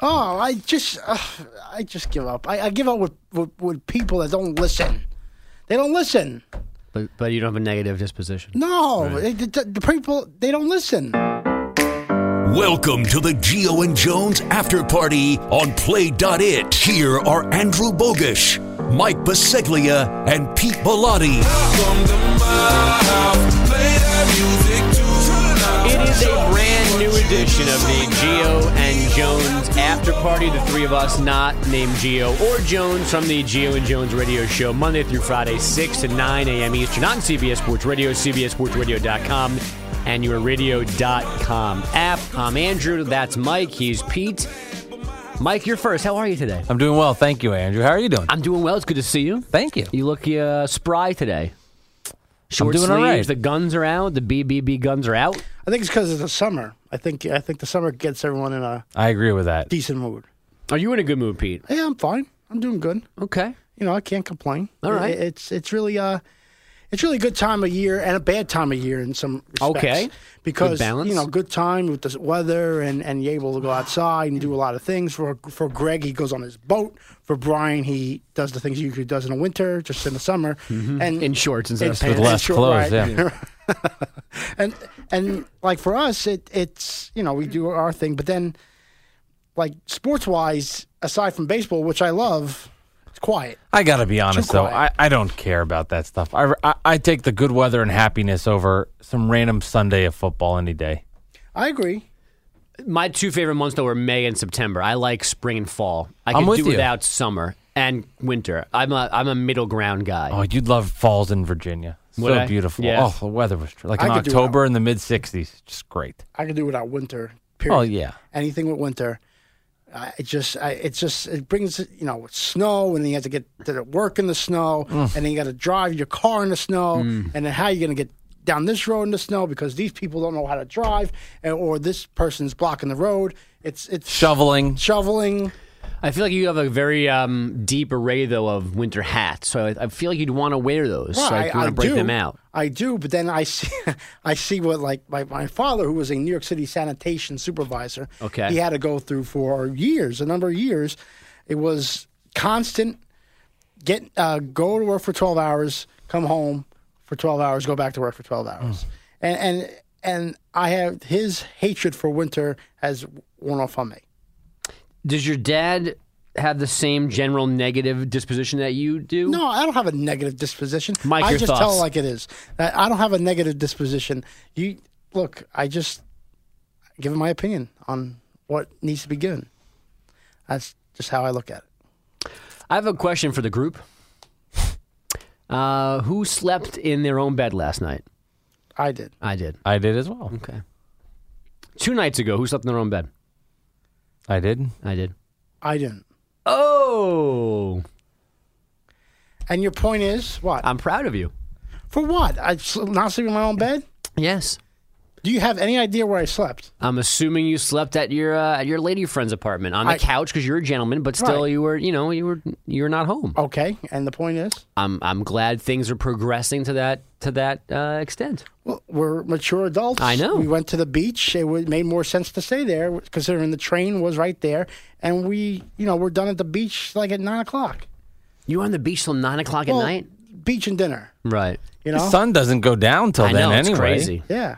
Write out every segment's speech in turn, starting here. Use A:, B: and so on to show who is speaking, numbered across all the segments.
A: Oh, I just, uh, I just give up. I, I give up with, with with people that don't listen. They don't listen.
B: But but you don't have a negative disposition.
A: No, the, the, the people they don't listen.
C: Welcome to the Geo and Jones After Party on Play.it. Here are Andrew Bogish, Mike Baseglia, and Pete Bellotti.
B: It is a brand new edition of the Geo and Jones After Party. The three of us, not named Geo or Jones, from the Geo and Jones Radio Show, Monday through Friday, 6 to 9 a.m. Eastern on CBS Sports Radio, CBSSportsRadio.com, and your radio.com app. I'm Andrew. That's Mike. He's Pete. Mike, you're first. How are you today?
D: I'm doing well, thank you, Andrew. How are you doing?
B: I'm doing well. It's good to see you.
D: Thank you.
B: You look uh, spry today. Short
D: doing all
B: sleeves.
D: right.
B: The guns are out. The BBB guns are out.
A: I think it's because it's the summer. I think I think the summer gets everyone in a
D: I agree with that.
A: decent mood.
B: Are you in a good mood, Pete?
A: Yeah, I'm fine. I'm doing good.
B: Okay.
A: You know, I can't complain.
B: All right.
A: It- it's it's really uh, it's really a good time of year and a bad time of year in some respects.
B: Okay. Good
A: because
B: balance.
A: you know, good time with the weather and and you're able to go outside and do a lot of things. For for Greg, he goes on his boat. For Brian, he does the things he usually does in the winter, just in the summer, and
B: In shorts instead of
A: and
B: pants.
A: pants,
D: less
A: short-
D: clothes,
A: right.
D: yeah.
A: and and like for us, it it's you know we do our thing, but then like sports wise, aside from baseball, which I love, it's quiet.
D: I gotta be honest though, I,
A: quiet.
D: I don't care about that stuff. I, I I take the good weather and happiness over some random Sunday of football any day.
A: I agree.
B: My two favorite months though are May and September. I like spring and fall. I
D: I'm
B: can
D: with
B: do
D: you.
B: without summer and winter. I'm a I'm a middle ground guy.
D: Oh, you'd love falls in Virginia. So
B: Would I?
D: beautiful.
B: Yeah.
D: Oh, the weather was tr- like
A: I
D: in
A: could do
D: October in the mid '60s, just great.
A: I can do without winter. Period.
D: Oh yeah,
A: Anything with winter, I it just I, it just it brings you know snow, and then you have to get to work in the snow,
D: Mm.
A: and then you got to drive your car in the snow, and then how you gonna get down this road in the snow because these people don't know how to drive, and, or this person's blocking the road. It's it's
D: shoveling.
A: shoveling.
B: I feel like you have a very um, deep array though of winter hats. So I, I feel like you'd want to wear those.
A: Well,
B: like you want to break
A: do.
B: them out.
A: I do, but then I see, I see what like my, my father, who was a New York City sanitation supervisor.
B: Okay.
A: he had to go through for years, a number of years. It was constant. Get uh, go to work for twelve hours, come home for twelve hours, go back to work for twelve
B: Hmm.
A: hours, and and and I have his hatred for winter has worn off on me.
B: Does your dad have the same general negative disposition that you do?
A: No, I don't have a negative disposition.
B: Mike,
A: I
B: your
A: just
B: thoughts?
A: tell it like it is. I I don't have a negative disposition. You look, I just give my opinion on what needs to be given. That's just how I look at it.
B: I have a question for the group. Uh, who slept in their own bed last night?
A: I did.
B: I did.
D: I did as well.
B: Okay. Two nights ago, who slept in their own bed?
D: I did.
B: I did.
A: I didn't.
B: Oh,
A: And your point is what?
B: I'm proud of you.
A: For what? I sl- not sleeping in my own bed?
B: Yes.
A: Do you have any idea where I slept?
B: I'm assuming you slept at your uh, at your lady friend's apartment on the
A: I-
B: couch because you're a gentleman, but still
A: Right.
B: you were you know you were you were not home.
A: Okay. And the point is,
B: I'm I'm glad things are progressing to that to that uh, extent.
A: well, we're mature adults.
B: I know.
A: We went to the beach. It would, made more sense to stay there, considering the train was right there. And we, you know, we're done at the beach like at nine o'clock.
B: You were on the beach till nine o'clock
A: Well,
B: at night,
A: Beach and dinner.
B: right?
A: You
D: The
A: know.
D: sun doesn't go down till
B: I
D: then
B: know it's
D: anyway.
B: crazy.
A: yeah.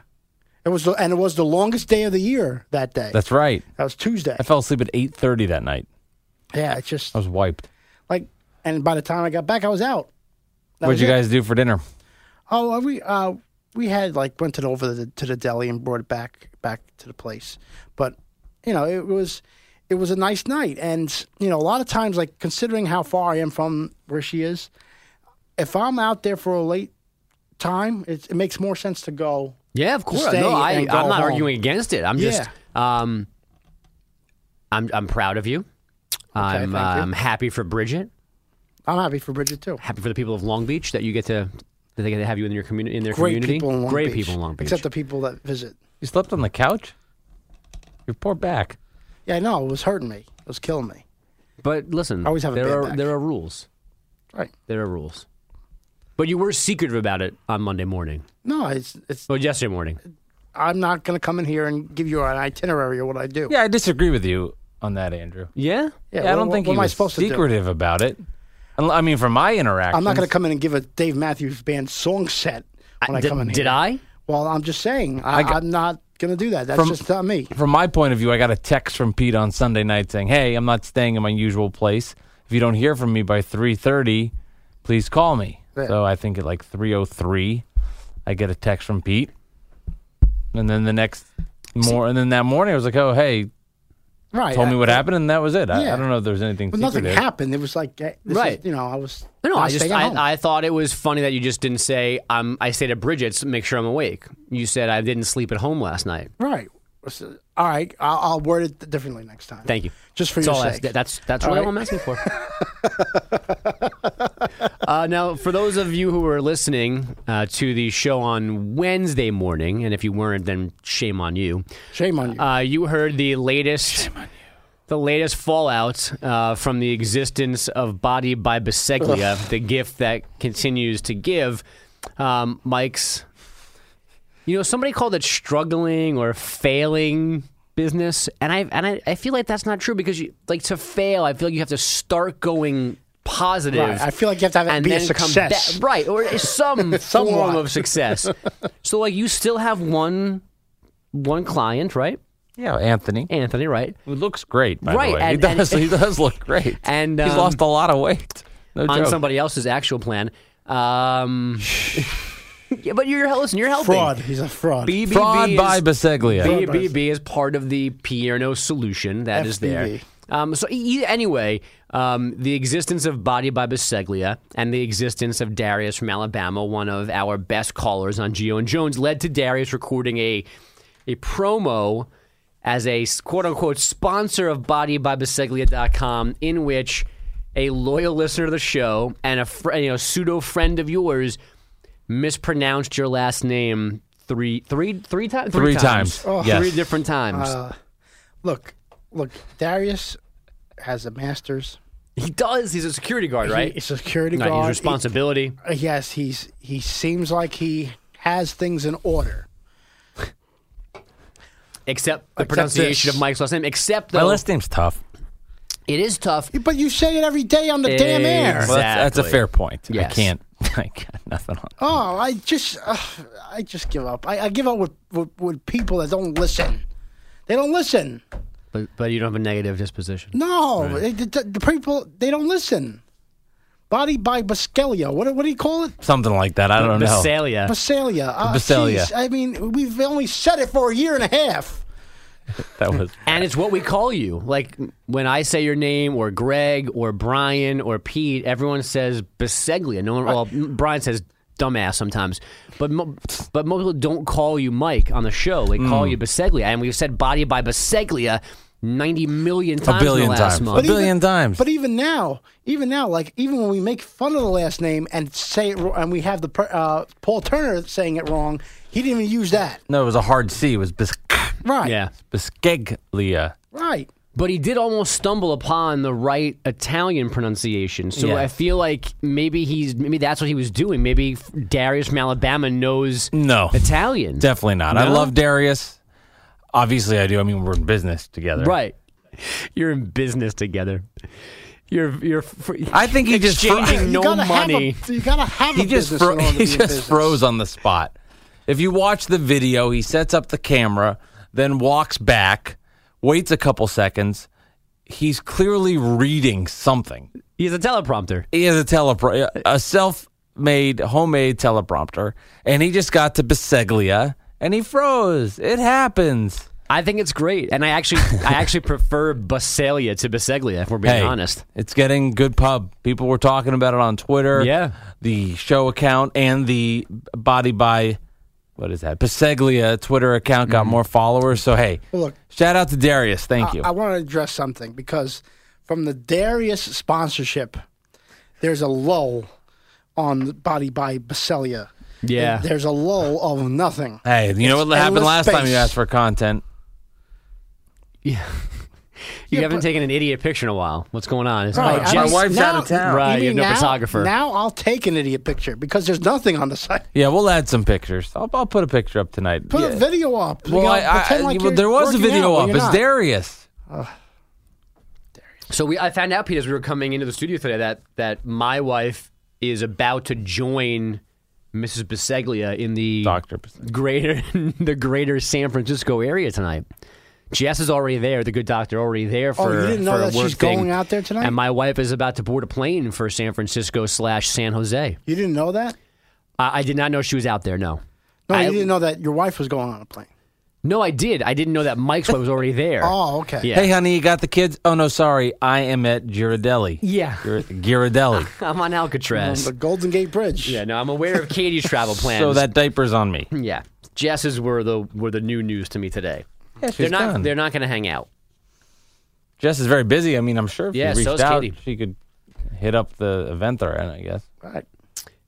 A: It was the, and it was the longest day of the year that day.
D: That's right.
A: that was Tuesday.
D: I fell asleep at 8:30 that night.
A: yeah, it's just
D: I was wiped.
A: like and by the time I got back, I was out. That
D: What'd
A: was
D: you
A: it.
D: guys do for dinner?
A: Oh, uh, we uh we had like went to the, over to the, to the deli and brought it back back to the place. But you know, it was it was a nice night, and you know, a lot of times, like considering how far I am from where she is, if I'm out there for a late time, it, it makes more sense to go.
B: Yeah, of course.
A: stay
B: No, I, I'm
A: and go
B: not
A: home.
B: arguing against it. I'm just, um, I'm, I'm proud of you. I'm,
A: thank
B: uh,
A: you.
B: I'm happy for Bridget.
A: I'm happy for Bridget too.
B: Happy for the people of Long Beach that you get to that they get to have you in your community in their
A: Great
B: community.
A: people in Long
B: Great
A: Beach.
B: people in Long Beach.
A: Except the people that visit.
D: You slept on the couch? Your poor back.
A: Yeah, I know. It was hurting me. It was killing me.
B: but listen,
A: I always have a
B: there
A: bad
B: are
A: back.
B: there are rules.
A: Right.
B: There are rules. But you were secretive about it on Monday morning.
A: No, it's it's.
B: Well, yesterday morning.
A: I'm not going to come in here and give you an itinerary of what I do.
D: Yeah, I disagree with you
E: on that, Andrew.
B: Yeah.
A: Yeah,
E: I don't
A: what-
E: think
A: what
E: he
A: am I
E: was
A: supposed to do?
E: secretive about it. Unl- I mean, from my interaction,
A: I'm not going to come in and give a Dave Matthews Band song set when I,
B: did,
A: come in.
B: did
A: here.
B: I?
A: Well, I'm just saying I,
E: got-
A: I'm not going to do that. That's
E: From-
A: just not me.
E: From my point of view, I got a text from Pete on Sunday night saying, "Hey, I'm not staying in my usual place. If you don't hear from me by 3:30, please call me."
A: Yeah.
E: So I think at like 3:03, I get a text from Pete, and then the next more, and then that morning I was like, "Oh, hey,
A: Right.
E: told
A: I-
E: me what happened," and that was it. I, I
A: Yeah.
E: don't know if there was anything.
A: But nothing
E: secretive.
A: happened. It was like eh, this is-
B: Right.
A: you know, I was.
B: No, no,
A: I
B: I
A: was
B: just
A: staying at home.
B: I, I thought it was funny that you just didn't say I'm. I stayed at Bridget's. Make sure I'm awake. You said I didn't sleep at home last night.
A: right. So, All right. I'll, I'll word it differently next time.
B: Thank you.
A: Just for
B: That's
A: your
B: all I-
A: sake.
B: that's that's
A: All
B: what
A: right.
B: I'm asking for. uh, now, for those of you who were listening uh, to the show on Wednesday morning, and if you weren't, then shame on you.
A: Shame on you.
B: Uh, you heard the latest. The latest fallout uh, from the existence of Body by Biseglia, the gift that continues to give. Um, Mike's, you know, somebody called it struggling or failing business, and I and I, I feel like that's not true because you like to fail. I feel like you have to start going positive.
A: Right. I feel like you have to have it
B: and
A: be a
B: then come
A: success.
B: back- right? Or some form
A: Somewhat.
B: of success. so like you still have one one client, right?
E: Yeah, Anthony,
B: Anthony, right?
E: who looks great. By
B: Right,
E: the way,
B: and-
E: he does.
B: and-
E: he does look great.
B: and,
E: he's
B: um,
E: lost a lot of weight. No
B: on
E: joke.
B: somebody else's actual plan. Um, yeah, but you're listen, you're helping.
A: fraud. He's a fraud.
B: BBB
E: Fraud
B: is,
E: by Biseglia.
B: BBB is part of the Pierno solution that is there.
A: FBB.
B: Um, so e- anyway, um, the existence of Body by Biseglia and the existence of Darius from Alabama, one of our best callers on Geo and Jones, led to Darius recording a a promo as a quote unquote sponsor of bodybybiseglia.com in which a loyal listener to the show and a fr- you know pseudo friend of yours mispronounced your last name three three three times
E: Three times,
A: Oh.
E: yes.
B: three different times
A: Uh, Look, look. Darius has a master's.
B: he does he's a security guard right
A: He's a security
B: Not
A: guard.
B: his
A: He-
B: responsibility
A: uh, yes, he's he seems like he has things in order.
B: except the
A: Except
B: pronunciation
A: this.
B: of Mike's last name except
E: My
B: though
E: last name's tough.
B: it is tough
A: But you say it every day on the damn air.
B: Exactly.
E: Well, that's, that's a fair point.
B: Yes.
E: I can't. I got nothing on.
A: Oh, I just, uh, I just give up. I, I give up with, with with people that don't listen. They don't listen.
B: but, but you don't have a negative disposition
A: No, the, the, the people they don't listen. Body by Bascalia. What what do you call it?
E: Something like that. I don't know.
B: Visalia.
A: Basalia. Uh,
E: Visalia.
A: jeez, I mean, we've only said it for a year and a half.
E: That was
B: And it's what we call you. Like when I say your name, or Greg, or Brian, or Pete, everyone says Biseglia. No one. Well, m- Brian says dumbass sometimes, but mo- but most people don't call you Mike on the show. They
E: Mm.
B: call you Biseglia, and we've said body by Biseglia ninety million times
E: a billion
B: in the last
E: times.
B: month.
E: A billion times.
A: But even now, even now, like even when we make fun of the last name and say it, wr- and we have the per- uh, Paul Turner saying it wrong, he didn't even use that.
E: no, it was a hard C. It was bis-
A: Right.
B: yeah,
E: Biskeglia.
A: Right.
B: but he did almost stumble upon the right Italian pronunciation. So
E: Yeah.
B: I feel like maybe he's maybe that's what he was doing. Maybe Darius from Alabama knows
E: No,
B: Italian.
E: definitely not. I
B: No?
E: love Darius. Obviously, I do. I mean, we're in business together.
B: Right. You're in business together. You're you're. Free.
E: I think he just fro-
B: Exchanging
A: You
B: No
A: gotta have a-
B: money.
A: you gotta have a
E: he just
A: business
E: fro-
A: in order to
E: he
A: be in
E: just
A: business.
E: froze on the spot. If you watch the video, he sets up the camera, then walks back, waits a couple seconds. He's clearly reading something.
B: He's a teleprompter.
E: He has a telepro a self-made homemade teleprompter, and he just got to Biseglia and he froze. It happens.
B: I think it's great, and I actually I actually prefer Basalia to Biseglia. If we're being honest,
E: it's getting good pub. People were talking about it on Twitter.
B: Yeah.
E: the show account and the body by what is that Biseglia Twitter account
B: Mm-hmm.
E: got more followers. So hey,
A: Well, look.
E: shout out to Darius. Thank you.
A: I want to address something because from the Darius sponsorship, there's a lull on Body by Baselia.
B: Yeah.
A: There's a lull of nothing.
E: hey, you know what
A: endless
E: happened last time you
A: space.
E: asked for content?
B: you
A: Yeah,
B: haven't
A: but-
B: taken an idiot picture in a while. What's going on? It's
A: Right,
B: not
A: I
B: just-
A: mean,
E: wife's out of
A: now-
E: town.
B: Right,
A: mean
B: you have no
A: now-
B: photographer.
A: Now I'll take an idiot picture because there's nothing on the site.
E: Yeah, we'll add some pictures. I'll, I'll put a picture up tonight.
A: Put
E: Yeah.
A: a video up. You
E: Well,
A: know,
E: I, I,
A: pretend like
E: well
A: you're
E: there was a
A: working out
E: video
A: when
E: up.
A: you're
E: It's
A: not.
E: Darius.
B: So we, I found out, Pete, as we were coming into the studio today, that that my wife is about to join Mrs. Biseglia in the
E: Dr. Biseglia.
B: greater the greater San Francisco area tonight. Jess is already there. The good doctor already there for.
A: Oh, you didn't know
B: for a
A: that she's
B: work thing.
A: going out there tonight?
B: And my wife is about to board a plane for San Francisco slash San Jose.
A: You didn't know that?
B: I, I did not know she was out there. No.
A: No,
B: I-
A: you didn't know that your wife was going on a plane.
B: No, I did. I didn't know that Mike's wife was already there.
A: Oh, okay.
B: Yeah.
E: Hey, honey, you got the kids? Oh, no, sorry. I am at Girardelli.
B: Yeah.
E: Gir- Girardelli.
B: I'm on
A: On
B: Alcatraz.
A: the Golden Gate Bridge.
B: Yeah, no, I'm aware of Katie's travel plans.
E: so that diaper's on me.
B: yeah, Jess's were the were the new news to me today. they're
E: she's
B: not
E: done.
B: they're not going to hang out.
E: Jess is very busy. I mean, I'm sure if
B: Yeah,
E: she reached
B: so's
E: out,
B: Katie.
E: she could hit up the event they're in, I guess.
A: Right.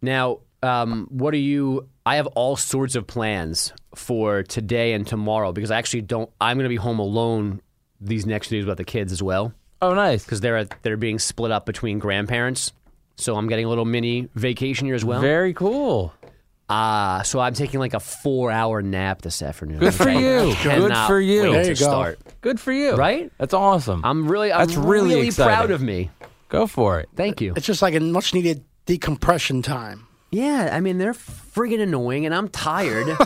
B: Now, um, what are you? I have all sorts of plans for today and tomorrow because I actually don't. I'm going to be home alone these next days with the kids as well
E: Oh, nice.
B: because they're they're being split up between grandparents. So I'm getting a little mini vacation here as well.
E: Very cool.
B: Uh, so I'm taking like a four hour nap this afternoon.
E: Good for
B: I
E: you. Good
B: cannot
E: for you.
B: wait
E: There
B: to
A: you go.
B: start.
E: Good for you.
B: Right?
E: That's awesome.
B: I'm really, I'm
E: That's really exciting.
B: proud of me.
E: Go for it.
B: Thank you.
A: It's just like a much needed decompression time.
B: Yeah, I mean they're friggin' annoying, and I'm tired.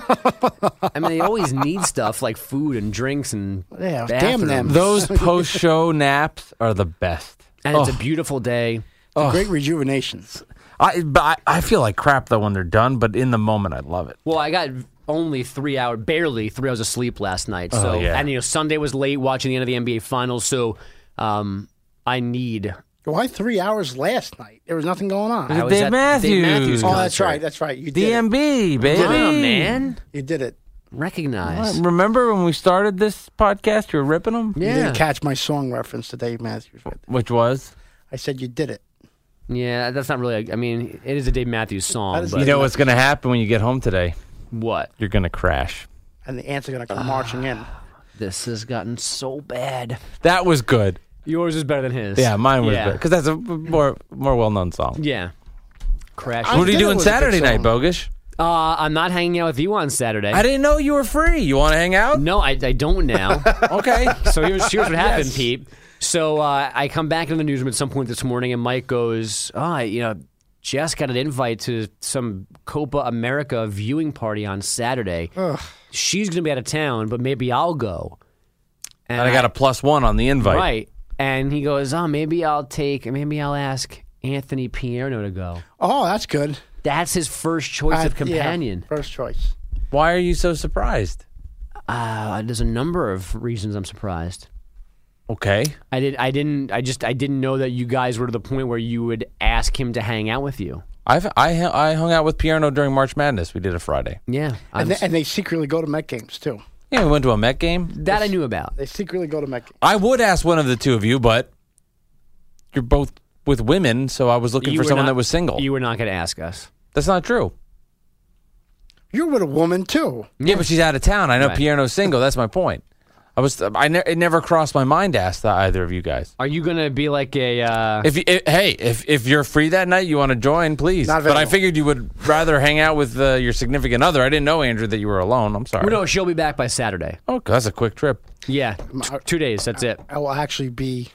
B: I mean they always need stuff like food and drinks and
A: Yeah, damn them.
B: bathrooms.
E: Those post show naps are the best.
B: And it's a beautiful day.
A: It's a Great rejuvenation.
E: I, but I, I feel like crap though when they're done, but in the moment I love it.
B: Well, I got only three hour, barely three hours of sleep last night. So
E: yeah.
B: and you know Sunday was late watching the end of the NBA Finals. So um, I need.
A: Why three hours last night? There was nothing going on.
B: I
A: Oh,
B: was
E: Dave
B: at
E: Matthews.
B: Dave Matthews
E: Oh,
B: concert.
A: that's right. That's right. You did it.
E: DMB, baby.
B: Come on, man,
A: You did it.
B: recognize.
E: Remember when we started this podcast, you were ripping them?
A: You
B: Yeah,
A: didn't catch my song reference to Dave Matthews. but
E: Which was?
A: I said you did it.
B: yeah. That's not really. I mean, it is a Dave Matthews song.
A: is-
B: But
E: You know what's going to happen when you get home today?
B: what?
E: You're going to crash.
A: And the ants are going to come marching in.
E: Ah.
B: This has gotten so bad.
E: That was good.
B: Yours is better than his.
E: Yeah, mine was
B: Yeah.
E: because that's a more more well known song.
B: Yeah. Crash.
A: I
E: What are you
A: did it
E: doing
A: was a good
E: Saturday night,
A: song.
E: Bogish?
B: Uh, I'm not hanging out with you on Saturday.
E: I didn't know you were free. You want to hang out?
B: no, I, I don't now.
E: Okay.
B: so here's, here's what happened, Pete. So uh, I come back into the newsroom at some point this morning, and Mike goes, "Oh, I- you know, Jess got an invite to some Copa America viewing party on Saturday. She's going to be out of town, but maybe I'll go." And
E: And I got a plus one on the invite.
B: right, and he goes, "Oh, maybe I'll take, maybe I'll ask Anthony Pierno to go."
A: Oh, that's good.
B: That's his first choice
A: I-
B: of companion.
A: yeah, first choice.
E: Why are you so surprised?
B: Uh, there's a number of reasons I'm surprised.
E: Okay.
B: I did. I didn't. I just. I didn't know that you guys were to the point where you would ask him to hang out with you.
E: I've, I hu- I hung out with Pierno during March Madness. We did a Friday.
B: Yeah, I'm
A: And they,
B: s-
A: and they secretly go to Met games too.
E: Yeah, we went to a Met game.
B: that I knew about.
A: They secretly go to Met games.
E: I would ask one of the two of you, but you're both with women, so I was looking
B: You
E: for
B: were
E: someone
B: not-
E: that was single.
B: You were not going to ask us.
E: That's not true.
A: You're with a woman too.
E: Yeah, but she's out of town. I know
B: Right.
E: Pierno's single. That's my point. I was I ne- it never crossed my mind to ask that either of you guys.
B: Are you going to be like a? Uh,
E: If you, i hey, if if you're free that night, you want to join, please.
A: Not
E: but I
A: available.
E: figured you would rather hang out with uh, your significant other. I didn't know Andrew that you were alone. I'm sorry.
B: no, she'll be back by Saturday.
E: Oh, that's a quick trip.
B: Yeah, t- two days. That's it.
A: I will actually be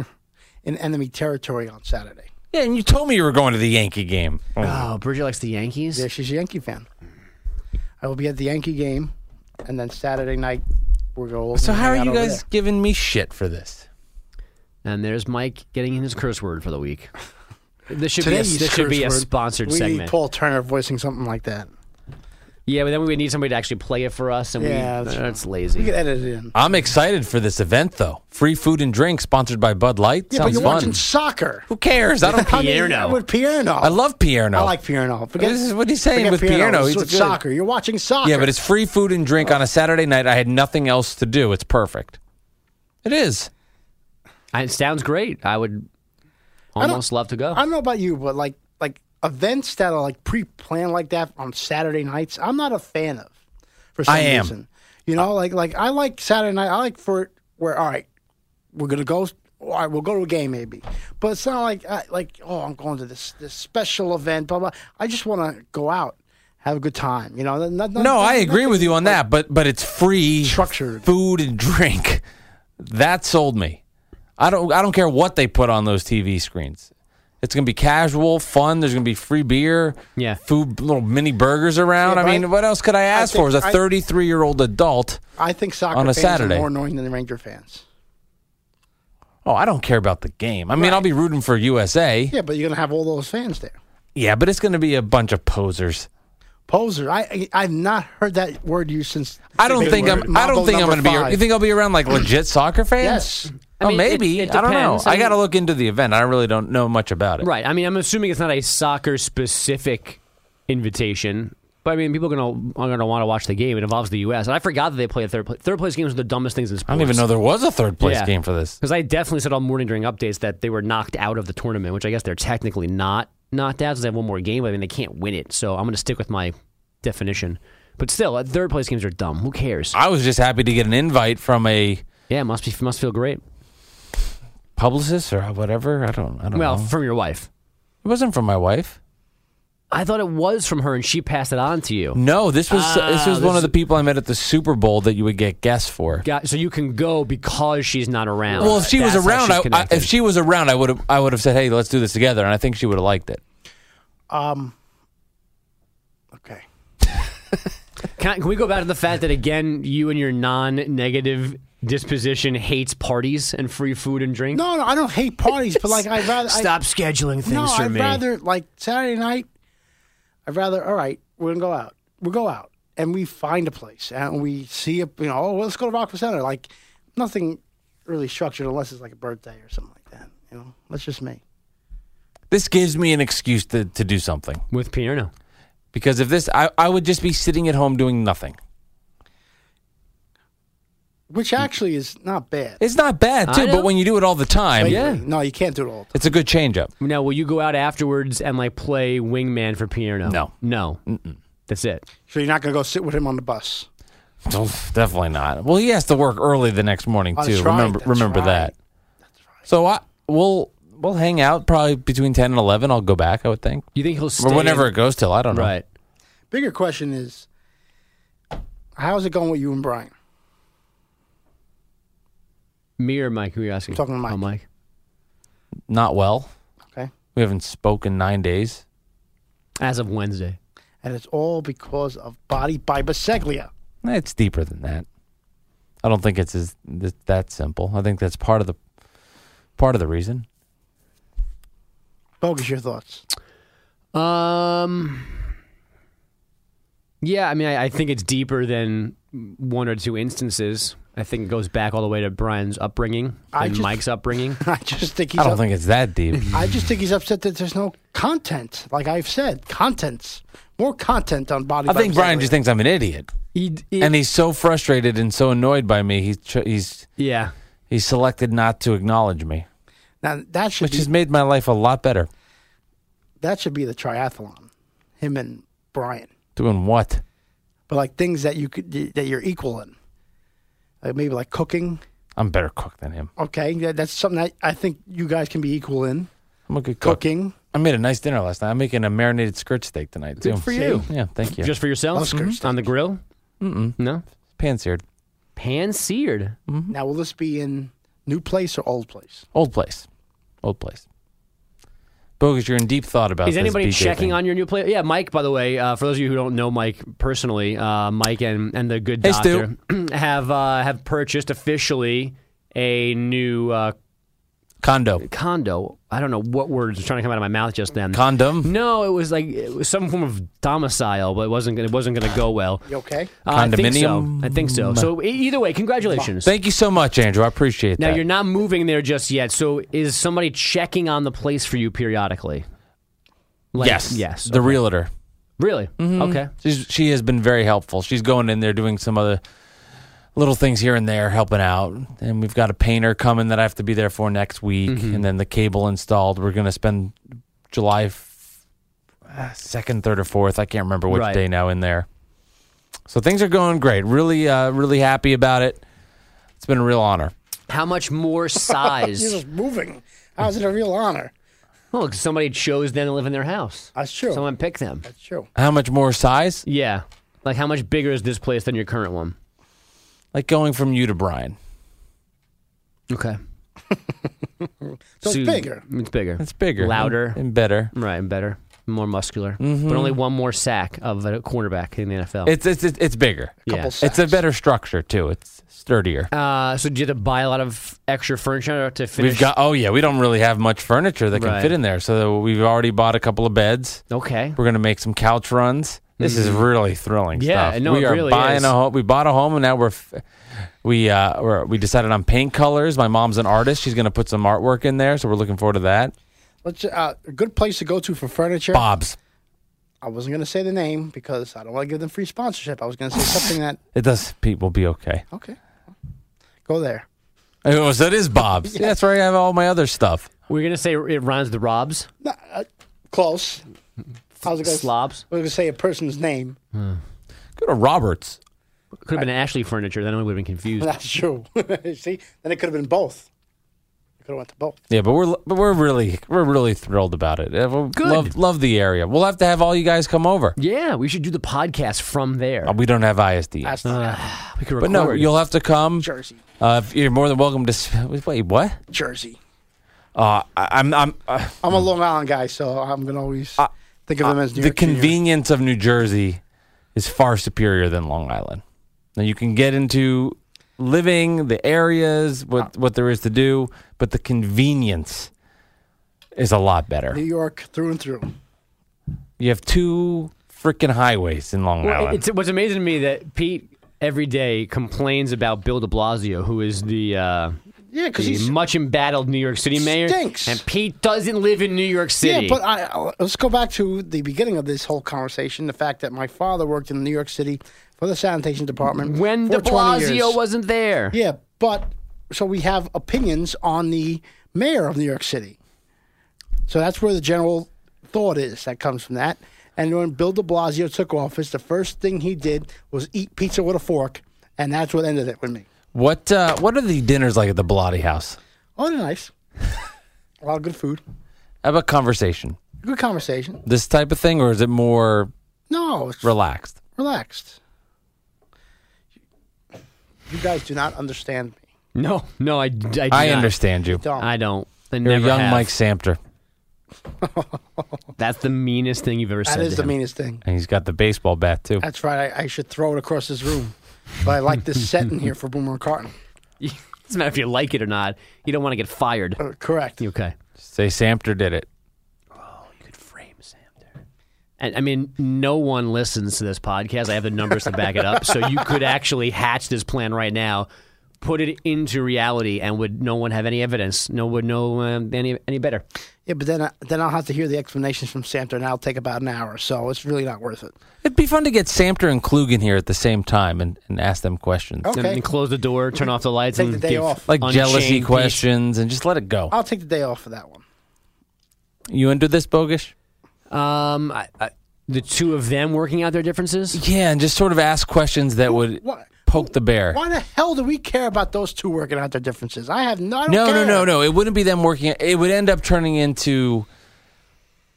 A: in enemy territory on Saturday.
E: Yeah, and you told me you were going to the Yankee game.
B: Oh, Bridget likes the Yankees.
A: Yeah, she's a Yankee fan. I will be at the Yankee game, and then Saturday night we'll go.
E: So how are you guys giving me shit for this?
B: And there's Mike getting in his curse word for the week. This should be a,
A: Today's
B: this should be a
A: curse word.
B: sponsored
A: We need
B: segment.
A: Paul Turner voicing something like that.
B: Yeah, but then we would need somebody to actually play it for us, and
A: Yeah,
B: we
A: that's
B: that's,
A: true.
B: lazy.
A: You can edit it in.
E: I'm excited for this event though. Free food and drink sponsored by Bud Light.
A: Yeah, but
E: Sounds
A: you're
E: fun.
A: watching soccer.
E: Who cares? I don't
A: I mean,
B: Pierno.
A: With Pierno.
E: I love Pierno.
A: I like Pierno. Forget,
E: This is what he's saying
A: forget
E: with
A: Pierno.
E: Pierno.
A: This
E: He's
A: is with
E: good-
A: soccer. You're watching soccer.
E: Yeah, but it's free food and drink on a Saturday night. I had nothing else to do. It's perfect. It is.
B: I- It sounds great. I would
A: don't-
B: almost love to go.
A: I don't know about you, but like like events that are like pre-planned like that on Saturday nights, I'm not a fan of. For some
E: I am.
A: reason, you know, like like I like Saturday night. I like for it where all right, we're gonna go. All right, we'll go to a game maybe, but it's not like I, like oh, I'm going to this this special event. Blah blah. I just want to go out, have a good time. You know, not,
E: No, I agree with you on that, but but it's free
A: Structured.
E: food and drink. That sold me. I don't I don't care what they put on those TV screens. It's gonna be casual, fun. There's gonna be free beer,
F: Yeah.
E: food, little mini burgers around.
A: Yeah,
E: I
A: but
E: mean,
A: I-
E: what else could I ask for? As
A: think
E: a
A: I-
E: 33 year old adult,
A: I think soccer
E: On a
A: fans
E: Saturday.
A: are more annoying than the Ranger fans.
E: oh, I don't care about the game. I mean, I'll be rooting for USA.
A: Yeah, but you're gonna have all those fans there.
E: Yeah, but it's gonna be a bunch of posers.
A: Poser. I, I I've not heard that word used since.
E: I don't
A: Big
E: think
A: word.
E: I'm. I don't
A: Mambo
E: think I'm
A: number
E: going to be.
A: five.
E: You think I'll be around like legit soccer fans?
A: Yes.
E: Oh,
B: mean, it-
E: maybe.
B: it
E: I don't know.
B: depends. I
E: I, got to
B: mean-
E: look into the event. I really don't know much about it.
B: Right. I mean, I'm assuming it's not a soccer specific invitation, but I mean, people are gonna are gonna want to watch the game. It involves the U.S. And I forgot that they play a third place. Third place games are the dumbest things in sports.
E: I don't even know there was a third place
B: Yeah.
E: game for this.
B: Because I definitely said all morning during updates that they were knocked out of the tournament, which I guess they're technically not knocked out. So they have one more game, but I mean they can't win it. So I'm going to stick with my definition. But still, uh, third place games are dumb. Who cares?
E: I was just happy to get an invite from a
B: Yeah, must be must feel great.
E: publicist or whatever. I don't. I don't
B: Well,
E: know.
B: from your wife.
E: It wasn't from my wife.
B: I thought it was from her, and she passed it on to you.
E: No, this was Ah, this was one
B: this
E: of the people I met at the Super Bowl that you would get guests for.
B: Got, so you can go because she's not around.
E: Well, if she was
B: That's how
E: around,
B: she's
E: I, I,
B: connected.
E: if she was around, I would have I would have said, "Hey, let's do this together," and I think she would have liked it.
A: Okay.
B: Can, can we go back to the fact that again, you and your non-negative disposition hates parties and free food and drink?
A: No, no, I don't hate parties, but like I'd rather I,
B: Stop scheduling things
A: no,
B: for
A: I'd
B: me.
A: rather like Saturday night. I'd rather all right. We're gonna go out. We'll go out and we find a place and we see a you know. Oh, let's go to Rockefeller Center. Like nothing really structured unless it's like a birthday or something like that. You know, that's just me.
E: This gives me an excuse to, to do something
B: With Pierno.
E: because if this, I, I would just be sitting at home doing nothing. Hmm.
A: Which actually is not bad.
E: It's not bad too,
B: I
E: but
B: know.
E: when you do it all the time,
A: Like, No, you can't do it all. The
E: it's a good change up.
B: Now, will you go out afterwards and like play wingman for Pierno?
E: No.
B: no, that's it.
A: time. So you're not gonna go sit with him on the bus.
E: Definitely not. Well, he has to work early the next morning
A: Oh,
E: too.
A: that's right,
E: Remember,
A: that's
E: remember
A: right.
E: that. So I we'll we'll hang out probably between ten and eleven. I'll go back. I would think,
B: You think he'll stay?
E: or whenever
B: in-
E: it goes till. I don't know.
B: right?
A: Bigger question is, how's it going with you and Brian?
B: Me or Mike? Who are you asking?
A: Talking to Mike.
B: Oh, Mike.
E: Not well.
A: Okay,
E: We haven't spoken nine days.
B: As of Wednesday,
A: and it's all because of Body by Biseglia.
E: Eh, It's deeper than that. I don't think it's as th- that simple. I think that's part of the part of the reason.
A: Bogus, your thoughts?
B: um, yeah. I mean, I, I think it's deeper than one or two instances. I think it goes back all the way to Brian's upbringing
A: I
B: and
A: just-
B: Mike's upbringing.
A: I just think he's.
E: I don't
A: up-
E: think it's that deep.
A: I just think he's upset that there's no content. Like I've said, contents, more content on Body.
E: I
A: by
E: think Brian
A: Biseglia.
E: just thinks I'm an idiot,
B: He, he-
E: and he's so frustrated and so annoyed by me. He's tr- he's
B: yeah.
E: he's selected not to acknowledge me,
A: now that should
E: which
A: be,
E: has made my life a lot better.
A: that should be the triathlon, him and Brian.
E: Doing what?
A: But like things that you could that you're equal in, like maybe like cooking.
E: I'm better cook than him.
A: Okay, that, that's something that I think you guys can be equal in
E: I'm a good cook.
A: cooking.
E: I made a nice dinner last night. I'm making a marinated skirt steak tonight too.
B: Good for
A: See?
B: you.
E: Yeah, thank you. Just
B: Just for yourself
A: Love skirt
B: Mhm. on the grill. Mm-mm. No,
E: pan seared.
B: pan seared.
A: Now, will this be in new place or old place?
E: Old place. Old place. Bogus, you're in deep thought about
B: Is
E: this
B: anybody
E: BJ
B: checking
E: thing.
B: on your new player? Yeah, Mike. By the way, uh, for those of you who don't know Mike personally, uh, Mike and, and the good
E: Hey,
B: doctor have uh, have purchased officially a new uh,
E: condo?
B: condo. I don't know what words was trying to come out of my mouth just then.
E: Condom?
B: no, it was like it was some form of domicile, but it wasn't gonna, it wasn't going to go well.
A: You okay?
B: Uh, I think so.
E: Condominium?
B: I think so. So e- either way, congratulations.
E: Thank you so much, Andrew. I appreciate
B: now
E: that.
B: you're not moving there just yet. So is somebody checking on the place for you periodically? Like,
E: yes.
B: Yes.
E: The Mm-hmm. realtor.
B: really? Okay.
E: She's, she has been very helpful. She's going in there doing some other little things here and there, helping out. And we've got a painter coming that I have to be there for next week.
B: Mm-hmm.
E: And then the cable installed. We're going to spend July f- uh, second, third, or fourth. I can't remember which
B: Right.
E: day now in there. So things are going great. Really, uh, really happy about it. It's been a real honor.
B: How much more
A: You're
B: size?
A: just moving. How's it a real honor?
B: well, 'cause somebody chose them to live in their house.
A: That's true.
B: Someone picked them.
A: That's true.
E: How much more size?
B: Yeah. Like, how much bigger is this place than your current one?
E: Like going from you to Brian.
B: Okay.
A: So it's
B: Su-
A: bigger.
B: It's bigger.
E: It's bigger,
B: Louder.
E: and, and better.
B: Right, and better, more muscular, but only one more sack of a cornerback in the NFL.
E: Mm-hmm. It's it's it's, it's bigger.
B: Yeah.
A: Couple
E: It's a
A: sacks.
E: better structure too. It's sturdier.
B: uh, so do you have to buy a lot of extra furniture to finish?
E: We've got oh yeah, we don't really have much furniture that can
B: Right.
E: fit in there. So we've already bought a couple of beds.
B: okay.
E: We're gonna make some couch runs. This is really thrilling
B: Mm-hmm. Yeah,
E: stuff.
B: no,
E: we
B: it
E: are
B: really
E: buying
B: is.
E: a home. We bought a home, and now we're f- we uh we're, we decided on paint colors. My mom's an artist; she's gonna put some artwork in there, so we're looking forward to that.
A: Let's, uh, a good place to go to for furniture.
E: Bob's.
A: I wasn't going to say the name because I don't want to give them free sponsorship. I was going to say something that
E: It does. Pete will be okay.
A: okay, go there.
E: Oh, so that is Bob's. Yeah, that's where I have all my other stuff.
B: We're gonna say it rhymes with Rob's
A: No, uh, close. I was going to
B: slobs.
A: going to say a person's name.
E: Go to Roberts.
B: Could have been Ashley furniture. Then I would have been confused.
A: That's true. See, then it could have been both. It could have went to both.
E: Yeah, but we're but we're really we're really thrilled about it. Good. Love love the area. We'll have to have all you guys come over.
B: Yeah, we should do the podcast from there.
E: Uh, We don't have ISD,
A: That's not
E: Ah.
B: we could
E: but no,
B: record.
E: you'll have to come.
A: Jersey.
E: Uh, if you're more than welcome to. s- Wait, what?
A: Jersey.
E: Uh, I- I'm I'm uh,
A: I'm a Long Island guy, so I'm going to always think of them as New
E: Ah. the
A: York Junior.
E: convenience of New Jersey is far superior than Long Island. Now you can get into living the areas what what there is to do, but the convenience is a lot better.
A: New York through and through.
E: You have two freaking highways in Long
B: Well,
E: Island.
B: it's, what's amazing to me that Pete every day complains about Bill De Blasio, who is the. Uh,
A: Yeah, because
B: the
A: he's
B: much embattled New York City mayor.
A: Stinks.
B: And Pete doesn't live in New York City.
A: Yeah, but I, I- let's go back to the beginning of this whole conversation. The fact that my father worked in New York City for the sanitation department
B: when
A: for
B: De
A: 20 years.
B: Blasio wasn't there.
A: yeah, but so we have opinions on the mayor of New York City. So that's where the general thought is that comes from that. And when Bill De Blasio took office, the first thing he did was eat pizza with a fork, and that's what ended it with me.
E: What uh, what are the dinners like at the Bilotti House?
A: Oh, they're nice. a lot of good food,
E: How about conversation?
A: good conversation.
E: This type of thing, or is it more
A: No, it's
E: relaxed?
A: relaxed. You guys do not understand me.
B: No, no, I, I, do
E: I
B: not.
E: understand you.
A: Don't.
B: I don't. I
E: You're
B: never
E: young
B: have.
E: Mike Samter,
B: That's the meanest thing you've ever
A: that
B: said.
A: is
B: to
A: the
B: him.
A: meanest thing.
E: and he's got the baseball bat too.
A: That's right. I, I should throw it across this room. But I like this set in here for Boomer and Carton.
B: Doesn't matter if you like it or not. You don't want to get fired.
A: Uh, correct.
B: You okay?
E: Say Samter did it.
B: You could frame Sam there. And I mean, no one listens to this podcast. I have the numbers to back it up, so you could actually hatch this plan right now, put it into reality, and would no one have any evidence? No one would know um, any any better.
A: Yeah, but then I, then I'll have to hear the explanations from Santa, and that'll take about an hour. So it's really not worth it.
E: It'd be fun to get Samter and Klugen here at the same time and, and ask them questions,
A: Okay.
B: And, and close the door, turn off the lights,
A: Take
B: and
A: the day
B: give
A: off.
E: like
B: unchained
E: jealousy
B: peace.
E: questions, and just let it go.
A: I'll take the day off for that one.
E: You into this bogus?
B: Um, I, I, the two of them working out their differences.
E: Yeah, and just sort of ask questions that would
A: Why,
E: poke the bear.
A: why the hell do we care about those two working out their differences? I have no. I don't
E: No, no,
A: care.
E: no, no. It wouldn't be them working. It would end up turning into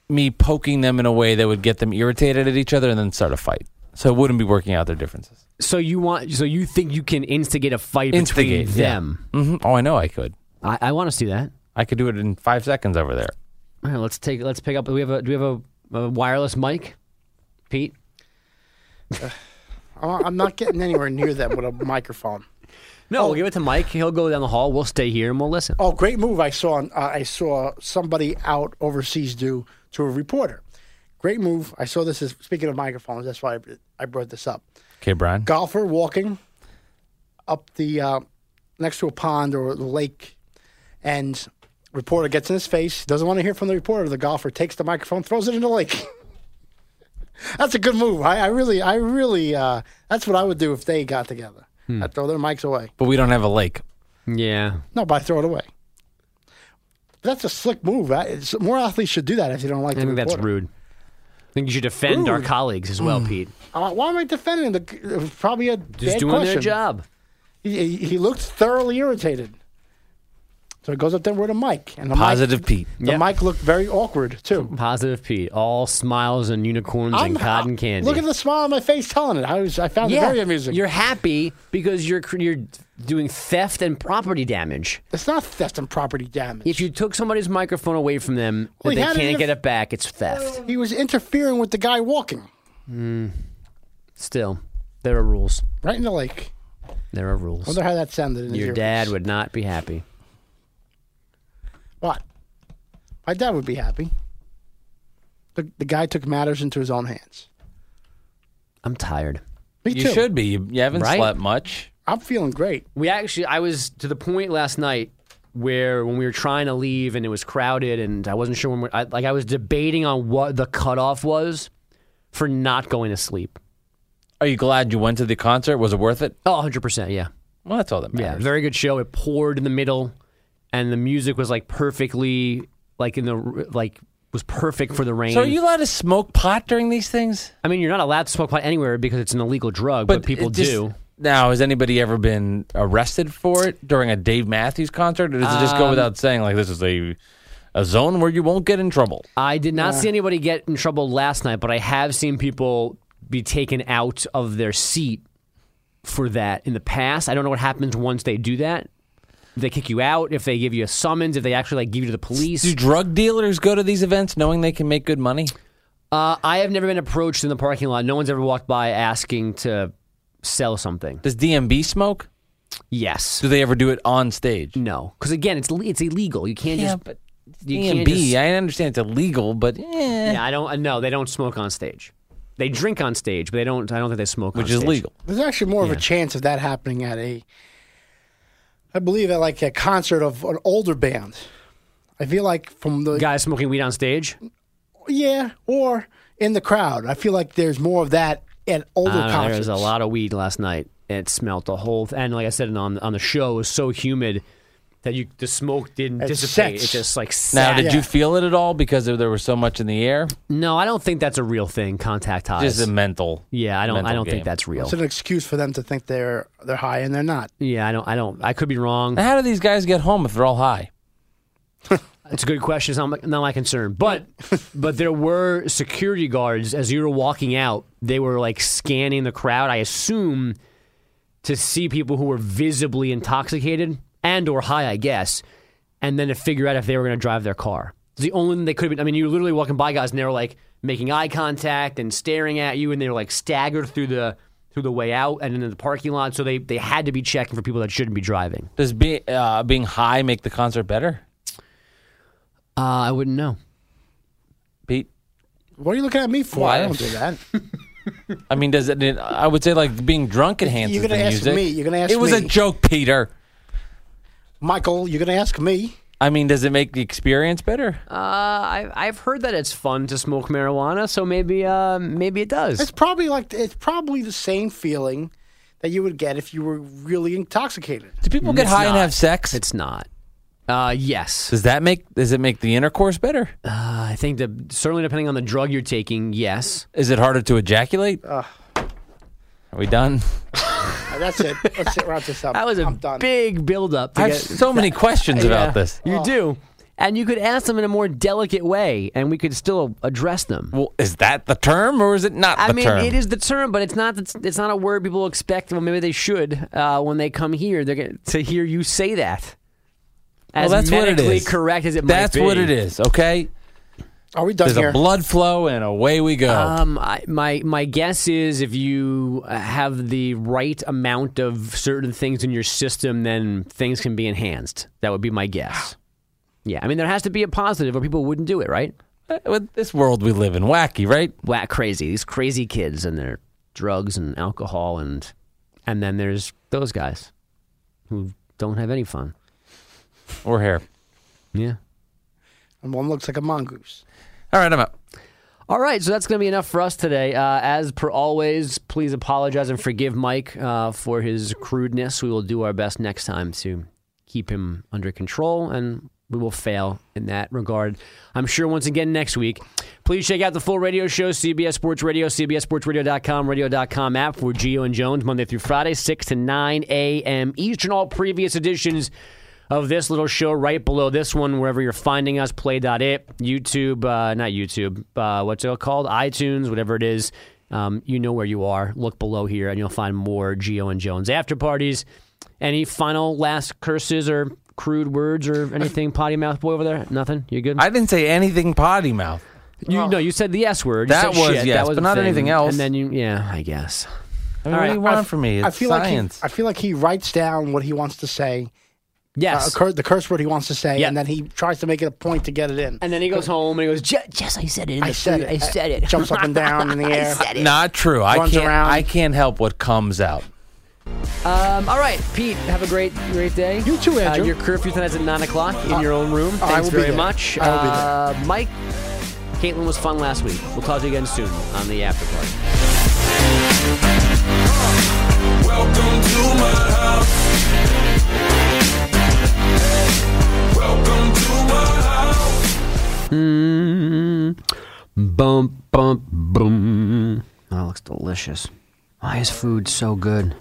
E: me poking them in a way that would get them irritated at each other and then start a fight. So it wouldn't be working out their differences.
B: So you want? So you think you can instigate a fight
E: Instigate,
B: between
E: yeah.
B: them?
E: hmm Oh, I know I could.
B: I, I want to see that.
E: I could do it in five seconds over there.
B: All right, let's take. Let's pick up. Do we have a? Do we have a, a wireless mic, Pete?
A: I'm I'm not getting anywhere near them with a microphone.
B: No, we'll give it to Mike. He'll go down the hall. We'll stay here and we'll listen.
A: Oh, great move! I saw uh, I saw somebody out overseas do to a reporter. Great move! I saw this as speaking of microphones. That's why I, I brought this up.
E: Okay, Brian.
A: Golfer walking up the uh, next to a pond or the lake, and reporter gets in his face. Doesn't want to hear from the reporter. The golfer takes the microphone, throws it in the lake. that's a good move. I, I really, I really, uh, that's what I would do if they got together. I'd throw their mics away.
E: But we don't have a lake.
B: Yeah.
A: No, but I throw it away. That's a slick move. I, it's, more athletes should do that if you don't like.
B: I
A: the
B: think that's
A: reporter.
B: rude. I think you should defend our
A: Rude.
B: colleagues as well, Pete.
A: I'm like, Uh, why am I defending the? It was probably a
B: Just
A: bad
B: doing
A: question.
B: their job.
A: He, he looked thoroughly irritated. So it goes up there with a mic, and the
E: Positive
A: mic,
E: Pete.
A: The
B: Yeah.
A: mic looked very awkward too.
B: Positive Pete, all smiles and unicorns and cotton candy.
A: Look at the smile on my face telling it. I was I found it Oh, very amusing.
B: You're happy because you're cr- you're doing theft and property damage.
A: it's not theft and property damage.
B: If you took somebody's microphone away from them,
A: Well,
B: that
A: he
B: they
A: had it
B: can't
A: in a-
B: get it back. It's theft.
A: he was interfering with the guy walking
B: Still, there are rules.
A: right in the lake.
B: There are rules.
A: Wonder how that sounded. In his
B: Your
A: earpiece.
B: dad would not be happy.
A: What? My dad would be happy. The, the guy took matters into his own hands.
B: I'm tired.
A: Me
E: You
A: too.
E: should be. You, you haven't
B: Right?
E: slept much.
A: I'm feeling great.
B: We actually, I was to the point last night where when we were trying to leave and it was crowded and I wasn't sure when we I, like I was debating on what the cutoff was for not going to sleep.
E: Are you glad you went to the concert? Was it worth it?
B: Oh, 100%. Yeah.
E: Well, that's all that
B: Yeah.
E: matters.
B: Very good show. It poured in the middle and the music was like perfectly, like in the, r- like, was perfect for the rain.
E: So are you allowed to smoke pot during these things?
B: I mean, you're not allowed to smoke pot anywhere because it's an illegal drug, but, people
E: it just-
B: do.
E: Now, has anybody ever been arrested for it during a Dave Matthews concert, or does it just go without saying like this is a a zone where you won't get in trouble?
B: I did not see anybody get in trouble last night, but I have seen people be taken out of their seat for that in the past. I don't know what happens once they do that. If They kick you out if they give you a summons, if they actually like give you to the
E: Do
B: police.
E: drug dealers go to these events knowing they can make good money?
B: Uh, I have never been approached in the parking lot. No one's ever walked by asking to sell something.
E: Does DMB smoke?
B: Yes.
E: Do they ever do it on stage?
B: No. Because again, it's le- it's illegal. You can't just.
E: but
B: you
E: DMB,
B: can't just-
E: I understand it's illegal, but eh,
B: Yeah, I don't. uh, No, they don't smoke on stage. They drink on stage, but they don't. I don't think they smoke.
E: which
B: on
E: is
B: stage.
E: legal.
A: There's actually more of a chance of that happening at a, I believe at like a concert of an older band. I feel like from the
B: Guys smoking weed on stage.
A: yeah or in the crowd. I feel like there's more of that at older
B: I don't
E: Ah,
B: know, there
A: concerts.
B: was a lot of weed last night. and It smelt the whole. Th- and like I said on on the show, it was so humid that you the smoke didn't
A: It
B: dissipate.
A: sets.
B: It just like
E: Now,
B: sat.
E: did
A: Yeah.
E: you feel it at all because there was so much in the air?
B: no, I don't think that's a real thing. Contact highs.
E: Just a mental.
B: yeah, I don't. I
E: mental
B: don't
E: game.
B: think that's real.
A: It's an excuse for them to think they're they're high and they're not.
B: Yeah, I don't. I don't. I could be wrong.
E: Now, how do these guys get home if they're all high?
B: It's a good question. It's not my, not my concern. But but there were security guards as you were walking out. They were like scanning the crowd. I assume to see people who were visibly intoxicated and or high, I guess, and then to figure out if they were going to drive their car. It's the only thing they could have been. I mean, you were literally walking by guys and they were like making eye contact and staring at you, and they were like staggered through the through the way out and into the parking lot. So they they had to be checking for people that shouldn't be driving.
E: Does be, uh, being high make the concert better,
B: Uh, I wouldn't know.
E: Pete?
A: What are you looking at me for? I
E: Why?
A: don't do that.
E: I mean, does it? did- I would say like being drunk enhances
A: gonna
E: the
A: ask
E: music.
A: me, you're gonna ask
E: It was a
A: me.
E: joke, Peter.
A: Michael, you're gonna ask me.
E: I mean, does it make the experience better?
B: Uh, I, I've heard that it's fun to smoke marijuana, so maybe uh, maybe it
A: It's
B: does.
A: probably like it's probably the same feeling that you would get if you were really intoxicated.
E: Do people get high and have sex?
B: It's not. Uh, yes,
E: Does that make? Does it make the intercourse better?
B: I think that certainly depending on the drug you're taking, yes.
E: Is it harder to ejaculate? Are we done?
A: Uh, That's it. Let's wrap this up.
B: That was a
A: I'm done.
B: big buildup. To
E: I have
B: get-
E: so many questions
B: Yeah,
E: about this.
A: Oh.
B: You do, and you could ask them in a more delicate way, and we could still address them.
E: Well, is that the term or is it not
B: I
E: the
B: mean,
E: term?
B: it is the term, but it's not. It's, it's not a word people expect. Well, maybe they should uh, when they come here. They're gonna, to hear you say that. As
E: that's what it
B: medically
E: is.
B: correct as it might
E: That's
B: be.
E: what it is. Okay.
A: Are we done
E: There's
A: here?
E: a blood flow and away we go.
B: Um, I, my my guess is if you uh, have the right amount of certain things in your system, then things can be enhanced. That would be my guess. Yeah, I mean there has to be a positive, or people wouldn't do it, right?
E: With this world we live in, wacky, right?
B: Whack crazy, these crazy kids and their drugs and alcohol, and and then there's those guys who don't have any fun.
E: We're here.
B: Yeah.
A: and one looks like a mongoose.
E: All right, I'm out.
B: All right, so that's going to be enough for us today. Uh, as per always, please apologize and forgive Mike uh, for his crudeness. We will do our best next time to keep him under control, and we will fail in that regard. I'm sure once again next week. Please check out the full radio show, CBS Sports Radio, CBSSportsRadio.com, radio.com app for Geo and Jones, Monday through Friday, 6 to 9 a.m. Eastern. All previous editions of this little show right below this one, wherever you're finding us, play.it, YouTube, uh, not YouTube, uh, what's it called? iTunes, whatever it is. Um, you know where you are. Look below here and you'll find more Geo and Jones after parties. Any final last curses or crude words or anything, potty mouth boy over there? Nothing? You good?
E: I didn't say anything potty mouth.
B: You no, you said the S word. You
E: That
B: said
E: was
B: shit.
E: yes,
B: that was
E: but
B: a
E: not
B: thing.
E: anything else.
B: And then you, yeah, I guess.
E: I mean, what do you want from me? It's
A: I feel
E: science.
A: like he, I feel like he writes down what he wants to say, uh,
B: Yes.
A: cur- the curse word he wants to say,
B: Yeah.
A: and then he tries to make it a point to get it in.
B: and then he goes home and he goes, "Je- "Yes, I said it. in
A: I
B: the
A: said
B: food.
A: it.
B: I said it."
A: Jumps up and down in the air.
B: I said it.
E: Not true. I
A: Runs
E: can't.
A: around.
E: I can't help what comes out.
B: Um, all right, Pete. Have a great, great day.
A: You too, Andrew.
B: Uh, your curfew tonight's at nine o'clock in your own room. Thanks
A: I will be
B: very
A: there.
B: much,
A: I will be there.
B: Uh, Mike. Caitlin was fun last week. We'll talk to you again soon on the after party.
G: Welcome to my house. Welcome to my house.
B: Mm-hmm. Oh, Bump, bump, boom. That looks delicious. Why is food so good?